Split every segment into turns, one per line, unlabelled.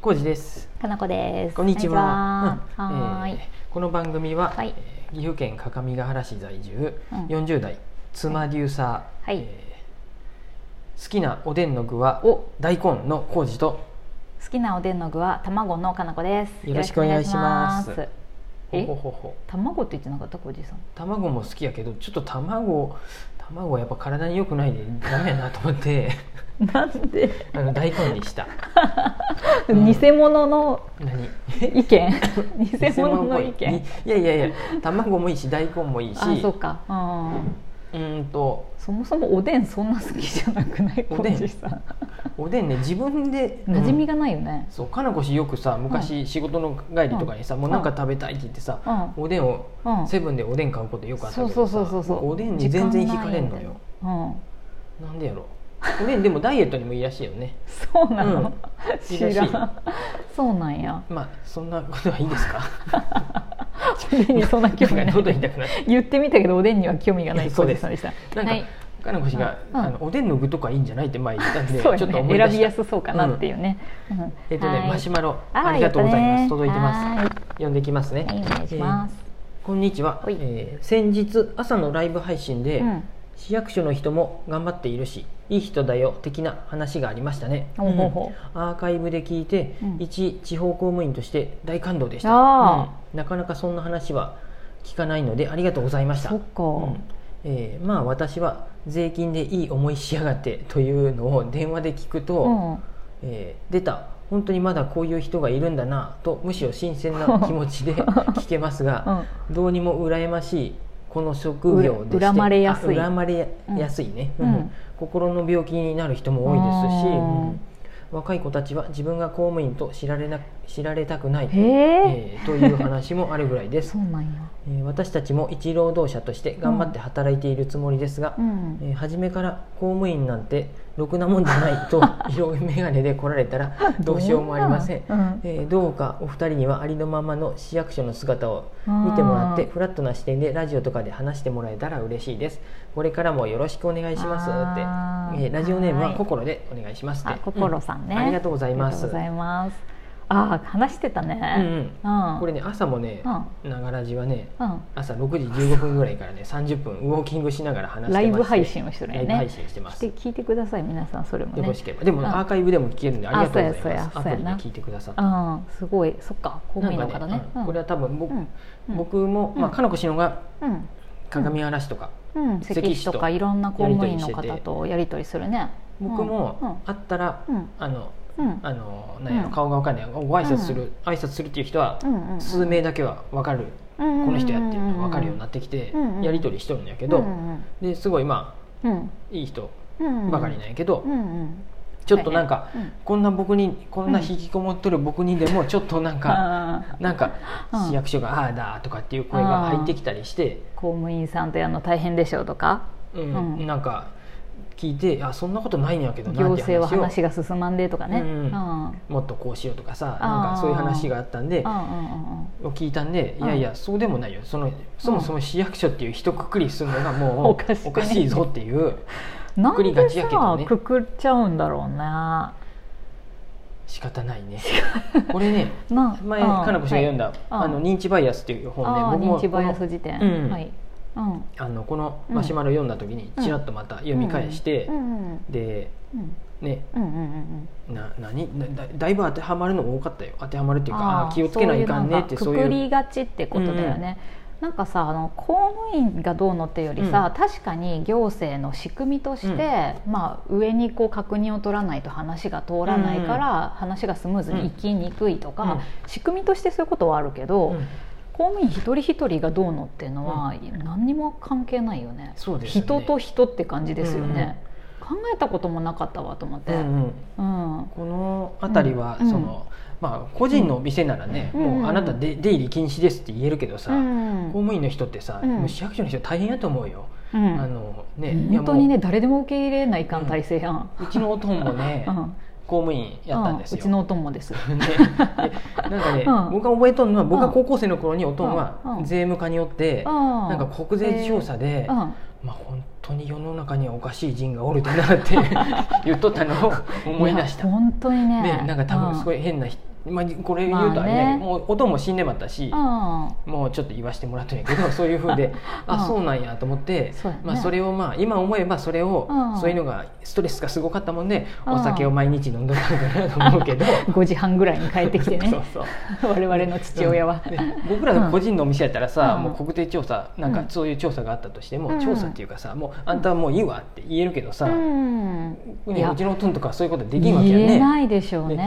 浩二です。
かなこです。
こんにちは。
こんにちはは
うん
ー
え
い。
ーこの番組は、
はい
えー岐阜県各務原市在住、
うん
40代妻デューサー、
はい
えー好きなおでんの具は
お、
大根の浩二と
好きなおでんの具は卵のかなこです。
よろしくお願いします
よろしくお願いし
ほ
え
ほほほ
卵って言ってなかった、こじさん。
卵も好きやけどちょっと卵卵はやっぱ体に良くないでダメやなと思って
なんで、
あの大根にしたうん
偽物の
何
意見。偽物の意見。
いやいやいや卵もいいし大根もいいし
あ、そうか。うん。
うーんと
そもそもおでんそんな好きじゃなくない、
お
こ
でん
じさん。
おでんね自分で
馴染み
が、
がないよね。
そうかなこしよくさ昔仕事の帰りとかにさ、もうなんか食べたいって言ってさ、
う
おでんを、
ん。うん。
セブンでおでん買うことよくあったけ
そ
ど
う
さ
そうそうそうそう。
おでんに全然
時
惹
間
か
な
れ
い
ん
み
の
たいな
よ
うん。
なんでやろおでんでもダイエットにもいいらしいよ ね
そうな
うん
の。知ら
いいら
ん。そうなんや。
まあそんなことはいいですか
おでんにそんな興味
なんか
がない
喉痛くなる
言ってみたけどおでんには興味がない
そうです
浩二さんでし
な
た
んか、
はい
かなこしが、
うんうん
あのおでんの具とかいいんじゃないって前言ったんで
そう
ちょ
よ
っと
ね
思い出した
選びやすそうかなっていうね、うん
えっと
は
ね
い
マシュマロ
あー
ありがとうございま
や
す
ったね
届いてます
は
読んできますね、
はいお願いします、
えーこんにちは、
はい
えー先日朝のライブ配信で、
うん
市役所の人も頑張っているしいい人だよ的な話がありましたね、
ほうほうほ
うんアーカイブで聞いて、
うん
一地方公務員として大感動でした、
あー
うんなかなかそんな話は聞かないのでありがとうございました
そっか、
うんえーまあ私は税金でいい思いしやがってというのを電話で聞くと、
うん
えー出た本当にまだこういう人がいるんだなとむしろ新鮮な気持ちで聞けます
う
が、
ん
どうにも羨ましいこの職業でして
うら恨まれやすい
あ恨まれやすいね、
うん
うん
うん
心の病気になる人も多いですし、
あー
うん若い子たちは自分が公務員と知られな知られたくない、
へ
え
え
ーという話もあるぐらいで
そ
す、
うなんや、
えー私たちも一労働者として頑張って働いているつもりですが
う、ん、
えー初めから公務員なんてろくなもんじゃない と色眼鏡で来られたらどうしようもありません
どうなん
えーどうかお二人にはありのままの市役所の姿を見てもらって
うん
フラットな視点でラジオとかで話してもらえたら嬉しいですこれからもよろしくお願いしま
あ
すっ
ー
て、えーラジオネームはい心でお願いしますっ
あ
て
心さんね、
うんありがとうございます
ありがとうございますあー話してた
うんう
ね
ん
うん、
これね朝もね
うん
ながらじはね
うん
朝6時15分ぐらいからね30分ウォーキングしながら話してま
ラ
す
イブ配信をしてる
ラ
よ
イ
ね
ブ配信してます
して聞いてください皆さんそれもね
よろしければでも
うん
アーカイブでも聞けるんでありがとうございます
あ
ア
そ
プ
うや
リ
そう
で
や
聞いてくださって
うんすごいそっか公務員の方ね
うんこれは多分僕
うんうん
僕もまあ
うん
かのこしのが
うんうん
鏡嵐とか
うん、
関市と
関市とかいろんな公務員の方とやり取りするね
僕も会ったら
うんうん
あの
うん
あのなんやろ
うん
顔が分かんないご挨拶する挨拶するっていう人は
うんうん
数名だけは分かるこ
こ
の人やってるのが分かるようになってきて
うんうん
やり取りしとるんやけ
け
ど
うん
ですごいまあ
うん
いい人
うん、
ばかりなんやけど
うんうん、
ちょっとなんか
うん
こんな僕にこんな引きこもっとる僕にでもちょっとなんか
あー
なんか
うん
市役所が「ああだ」とかっていう声が入ってきたりして、
公務員さんとやるの大変でしょうとか
うん
うん
なんか聞いて「あそんなことないんやけどな」
行
って
政は
話を
話が進まんでとかね
う
うんん
う
うんんうん
もっとこうしようとかさ
あー
なんかそういう話があったんで
うん
聞いたんで「い
うん
やいやそうでもないよそのそもそも市役所っていう一括りするのがもう
おかしくね
おかしいぞ」っていう
うんな
くくり
ん
が
で
ちやけど
さ
ね
くくっちゃうんだろうねな
仕方ない ねこれね前
うん
かなこ氏が読んだ、
うん
あの認知バイアスっていう本で
あー
僕も
認知バイア
こ
ス
の
辞典、
うん
はい、うん、
あのこのマシュマロ読んだ時にちらっとまた読み返して、
うんうん
で
うん
ね
うんうんうん
な何なだだいぶ当てはまるのが多かったよ当てはまるっていうかあ
あ
あ
ー
気をつけないかんねって
そ
そうう
いうなんかくく
い
り
う
がちってことだよね、なんかさあの公務員がどうのっていうよりさ、確かに行政の仕組みとして、まあ、上にこう確認を取らないと話が通らないから、話がスムーズにいきにくいとか、仕組みとしてそういうことはあるけど、
うん
公務員一人一人がどうのっていうのは、何にも関係ないよね
そうですよね
人と人って感じですよね、考えたこともなかったわと思って、
うんうん
うん
この辺りは
うん
そのまあ個人のお店ならね
うん
もうあなたで出入り禁止ですって言えるけどさ公
うん
務員の人ってさ
うん
もう市役所の人大変やと思うよ
うん
あのねいや
本
も
当にね
う
誰でも受け入れないかん体制やん、
うちのおとんもね
うん
公務員やったんです
うち
よ
のおとんもです
ねでなんかね
うん
僕が覚えとんのは僕が高校生の頃におとんは
うん
税務課におって
な
なんか国税調査で
うん
まあ本当に世の中にはおかしい人がおるだなって 言っとったのを思い出した。
や
ね、
本当にね
なんか多分すご
い、
い変な人、まあ、これ言うとあれだけど、
まあね
もう音も死んでまったし、
うんうん
もうちょっと言わしてもらったんやけ どそういうふうで
う
あ
ん
そうなんやと思って
そうやね
まあ、それをまあ今思えばそれを、
うん
そういうのがストレスがすごかったもんで、
うん
お酒を毎日飲んどったのかなと思う けど
5時半ぐらいに帰ってきて
そう
ね
そう
我々の父親は、
で僕らの個人のお店やったらさ、
うん
もう国定調査なん
う
か
ん
そういう調査があったとしても、
うん
調査っていうかさもうあんたはもういいわって言えるけどさ、
うん
う
いや
うちのおとんとかはそういうことできんわけや
言
ね。
えないでしょうね
ね
うん、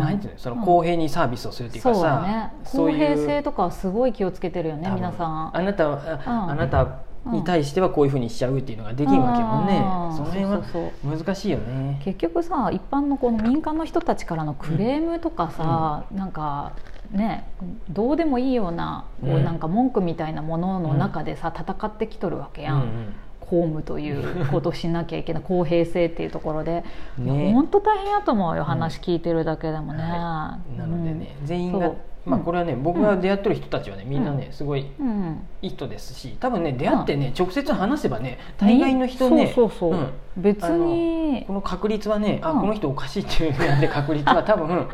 なんていうのその公平にサービスをするっていうか
そう
さ
ね、
そう
公
いう
平性とかはすごい気をつけてるよね
多分
皆さん
あなたはあ,、
うん
あなたに対してはこういうふうにしちゃうっていうのができるわけもんね、
うん
その辺は
そうそう
難しいよね
結局さ一般のこの民間の人たちからのクレームとかさ、なんかねどうでもいいような,、こ
う
うんなんか文句みたいなものの中でさ戦ってきとるわけやん、公務ということをしなきゃいけない公平性っていうところで、
うんうんね
本当大変やと思うよ
ん
話聞いてるだけでもね、
はなのでね、全員
そ
が
う
まあ
うん
これはね僕が出会ってる人たちはねみんなねすごい
うん、うん
いい人ですし多分ね出会ってね直接話せばね大概の人
ね
ね
そうそうそう、
う
別に
んこの確率はねあ
うん
この人おかしいっていうふうなんで確率は多 分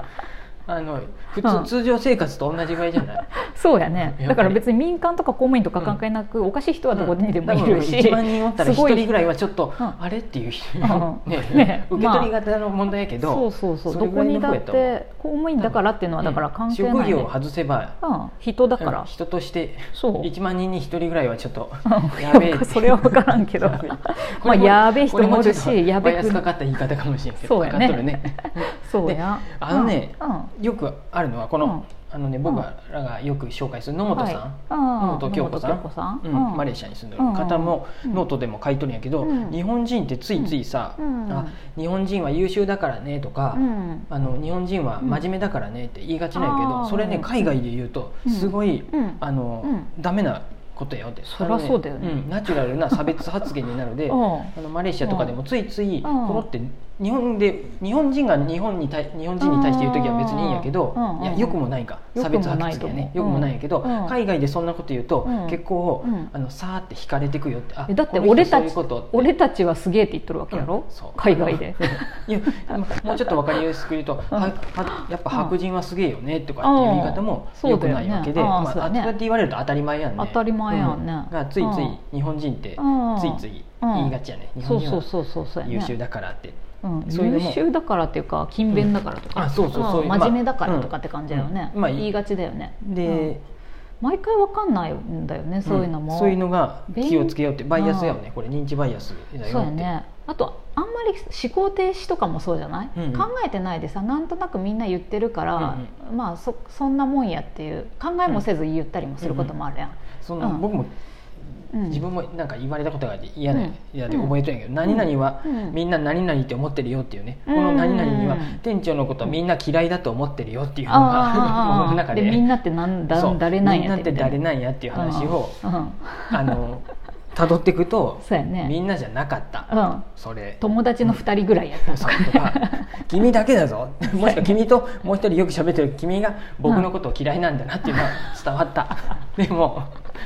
あの普
うん
通通常生活と同じぐらいじゃない
そうや
やっ
ね
ぱり
だから別に民間とか公務員とか関係なく、おかしい人はどこにでもいるし、
うん多分1万人おったら
すごい
1人ぐらいはちょっと、
うん
あれっていう人、
うん
ね
ね
受け取り方の問題やけど、
そうそうそう
そ
ど
れぐ
こ
らい
に
の
だ
方
っ
やと思う
て公務員だからっていうのはだから関係ない、ね
職業を外せば
うん、人だから、
うん人として
そう
1万人に1人ぐらいはちょっと
うん
やべえって
それは分からんけど
やべえ
まあやべえ人もお
こ
る
れ
し
もちょ
や
っとバ
べ
イア
え
スかかった言い方かもしれんけど
そうやね
かかっとるね
そうや
であのね
うんうん
よくあるのはこの、
うん
あのね僕らがよく紹介する野本さん、
はいうん
野本京子さ
野本京子さん
ん、うん
うん
マレーシアに住んでる方も
うん
ノートでも書いとるんやけど、
うん
日本人ってついついさ、
うん
あ日本人は優秀だからねとか、
うん
あの日本人は真面目だからねって言いがちなんやけど、
うん
それね
あー
海外で言うと
うん
すごい、
うん
あの、
う
ダメなことよって
そりゃそうだよね
あのんナチュラルな差別発言になるので
うん
あのマレーシアとかでもついついポ
うん
ロって日本で日本人が日本に対日本人に対して言う時は別にいいんやけど
うんうん
いやよくもないか
よ
差
くもない
別発言ね
と
よ
思
くも
う
ないんやけど
うん
海外でそんなこと言うと
うん
結構
うん
あのさーって引かれてくよってあ
えだって
この人
俺た
そうい
ち
うことって
俺たちはすげえって言っとるわけやろ、
うんそう
海外 で
いやもうちょっと分かりやすく言うと、ははやっぱ白人はすげえよねとかっていう言い方も
うん
よくないわけで、
そうだよねああ
まあ、
そうだ
そう
ね
やって言われると当たり前やんね
当たり前やんね
うがついつ
うん
い日本人って
うん
ついつい言いがちやね、日
そ
本
うそ
人
う
は
そうそうそうやね
優秀だからって、
うん、
そういうの
優
も
秀だからっていうか勤勉だからとか、
うんあそうそうそういうまあ
真面目だからとかって感じだよね、
うんまあい
言いがちだよね
で、
うん毎回わかんないんだよねそういうのも、
んそういうのが
勉
気をつけようってバイアスやよねこれ認知バイアスだよって
そうやねあとあんまり思考停止とかもそうじゃない、
うんうん
考えてないでさなんとなくみんな言ってるから、まあそそんなもんやっていう考えもせず言ったりもすることもあるやん、
その
うん
僕も
うん
自分もなんか言われたことがあって嫌
う
なん嫌で覚えとるんやけど、何々は
うん
みんな何々って思ってるよっていうね、
うん
この何々には
うん
店長のことはみんな嫌いだと思ってるよっていうのが
あ
僕の
あ
中
で
で
みんなってなんだ
そう
誰なん
みん
や
なって
みたい
誰なんやっていう話を、
うんうん
あの辿っていくと、
そうやね
みんなじゃなかった、
うん
それ
友達の2人ぐらいやったと
そ
か
うとか君だけだぞもしくは君ともう一人よく喋ってる君が僕のことを嫌いなんだなっていうのは伝わ った、でも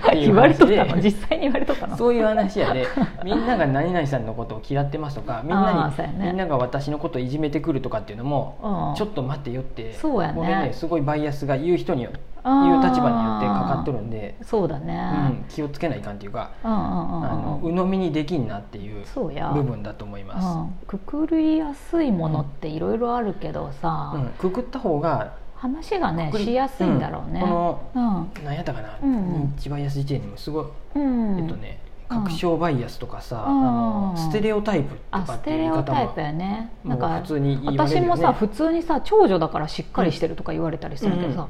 っていう
言われとった
話
の
で
実際に言われとったの
そういう話やでみんなが何々さんのことを嫌ってますとかみんな
あーそうや
に、
ね
みんなが私のことをいじめてくるとかっていうのも、
うん
ちょっと待ってよって
そうやね
これねすごいバイアスが言う人によ
あー
言う立場によってかかっとるんで、
そうだね、
うん、気をつけないかんっていうか、
うんうんうんうん
あの鵜呑みにできんなっていう
そうや
部分だと思います。
うんくくりやすいものっていろいろあるけどさ、
うん、くくった方が
話がね
くくり
しやすいんだろうね、
うんこの
うん
何やったかな、
うんうん
認知バイアス時点にもすごい、
うん
えっとね
うん
確証バイアスとかさ、
うん
あのステレオタイプと
あ
か
ス
っていう
テレ
言い
オ
方
タイプ
も
やねな
も
ん
う
か
普通に言われる
私
よ、ね、
もさ普通にさ長女だからしっかりしてるとか言われたりするけどさ、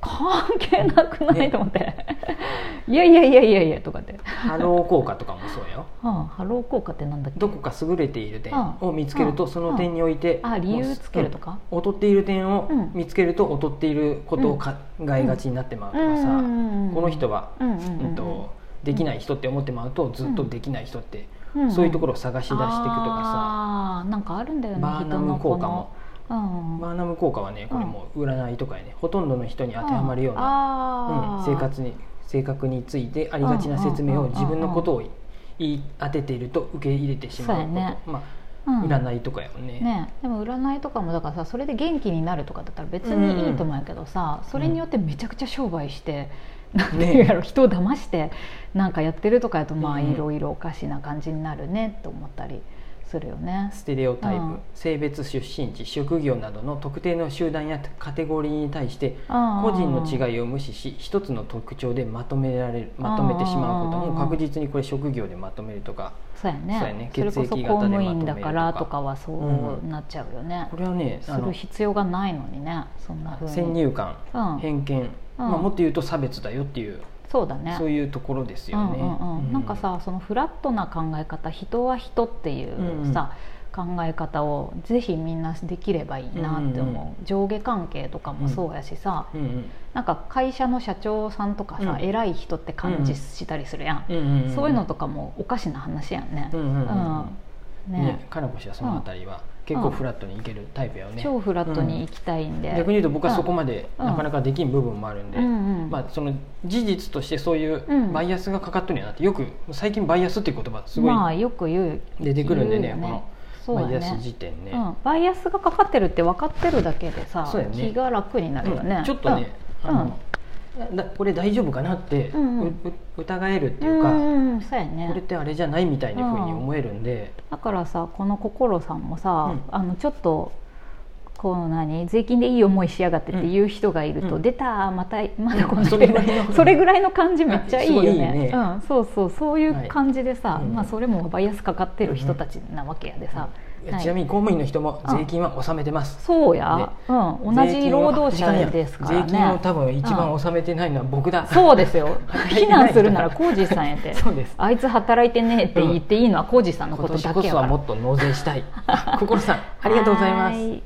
関係なくない、
ね
と思って いやいやいやいやいやとかって、
ハロー効果とかもそうよ
うん、ハロー効果ってなんだっけ
どこか優れている点を見つける
う
と
ん
その点において
あ理由つけるとか
うん劣っている点を
うん
見つけると劣っていることを考えがちになってまうとかさこの人
は、
は
うんうんうん
うんとできない人って思ってまうとずっとできない人って
うんうん
そういうところを探し出していくとか
あーなんかあるんだよね
バーナム効果も
人のこの、う
さ
ん
バーナム効果はねこれもう占いとかやねほとんどの人に当てはまるようなう
あ
ん
ー
生活に性格についてありがちな説明
うん
を
うんうんうん
自分のことを言い当てていると受け入れてしまうこと
そうやね
ま
う
あ、
ん
占いとかやもんね
ね、でも占いとかもだからさそれで元気になるとかだったら別にいいと思うんやけどさ、それによってめちゃくちゃ商売して、なんていうやろ人を騙してなんかやってるとかやとまあ
うん
いろいろおかしな感じになるねと思ったりするよね。
ステレオタイプ、
うん
性別出身地職業などの特定の集団やカテゴリーに対して
個
個人の違いを無視し一つの特徴でまとめられるまとめてしまうこと
うん
も確実にこれ職業でまとめるとか
そうやね
そうやね
それこそ公
血液型でま
務
とめる
員
とか
だからとかはそうなっちゃうよね
こ、れはね
す
あ
る
の
必要がないのにねそんなふうに
先入観
うん
偏見、まあ、もっと言うと差別だよっていう、
そうだね
そういうところですよね。
うんうんうんなんかさそのフラットな考え方人は人っていうさ、考え方をぜひみんなできればいいなって思う、
うん
上下関係とかもそうやしさ、
うんうん
なんか会社の社長さんとかさ、
うん
偉い人って感じしたりするやん、
うんうんうん、
そういうのとかもおかしな話やんね、
うんうんうんうん
うん
ね
ね
かなこ氏はそのあたりは結構フラットにいけるタイプやよね、
超フラットに行きたいんで、
逆に言うと僕はそこまで
うん
なかなかできん部分もあるんで、
うんうん
まあ、その事実としてそういう
うん
バイアスがかかっとるんやなってよく最近バイアスっていう言葉すご
まあ
い
よく言う
出てくるんでね,、
言うよね
こ
そう
のバ
だ
イアス
ね
時点ね,、
うん、バイアスがかかってるって分かってるだけでさ、
そうやね
気が楽になるよね、
うんちょっとね、
うん
あのだこれ大丈夫かなって、
うんうん
うう疑えるって
う、
いうんか、
うんうんそうや
これっ
ね
てあれじゃないみたいなふうに思えるんで、
だからさこの心さんもさ、
うん
あのちょっとこう何税金でいい思いしやがってっていう人がいると、
うん
出たまたまだこの、
うんそれぐらいの
それぐらいの感じめっちゃいいよね
すごいいいね
うん、そうそうそういう感じでさ、
はいうん
まあ、それもバイアスかかってる人たちなわけやでさ、
いやちなみに公務員の人も税金は納めてます、
そうや、うん、同じ労働者
税金を
ですからね
税金を多分一番納めてないのは僕だ、
そうですよ非難するなら
働
浩二さんやって
そうです
あいつ働いてねえって言っていいのは浩二さんのこ
今
と
年
だ
こ
けや
そ
か
は
ら
もっと納税したい心さんありがとうございます
はーい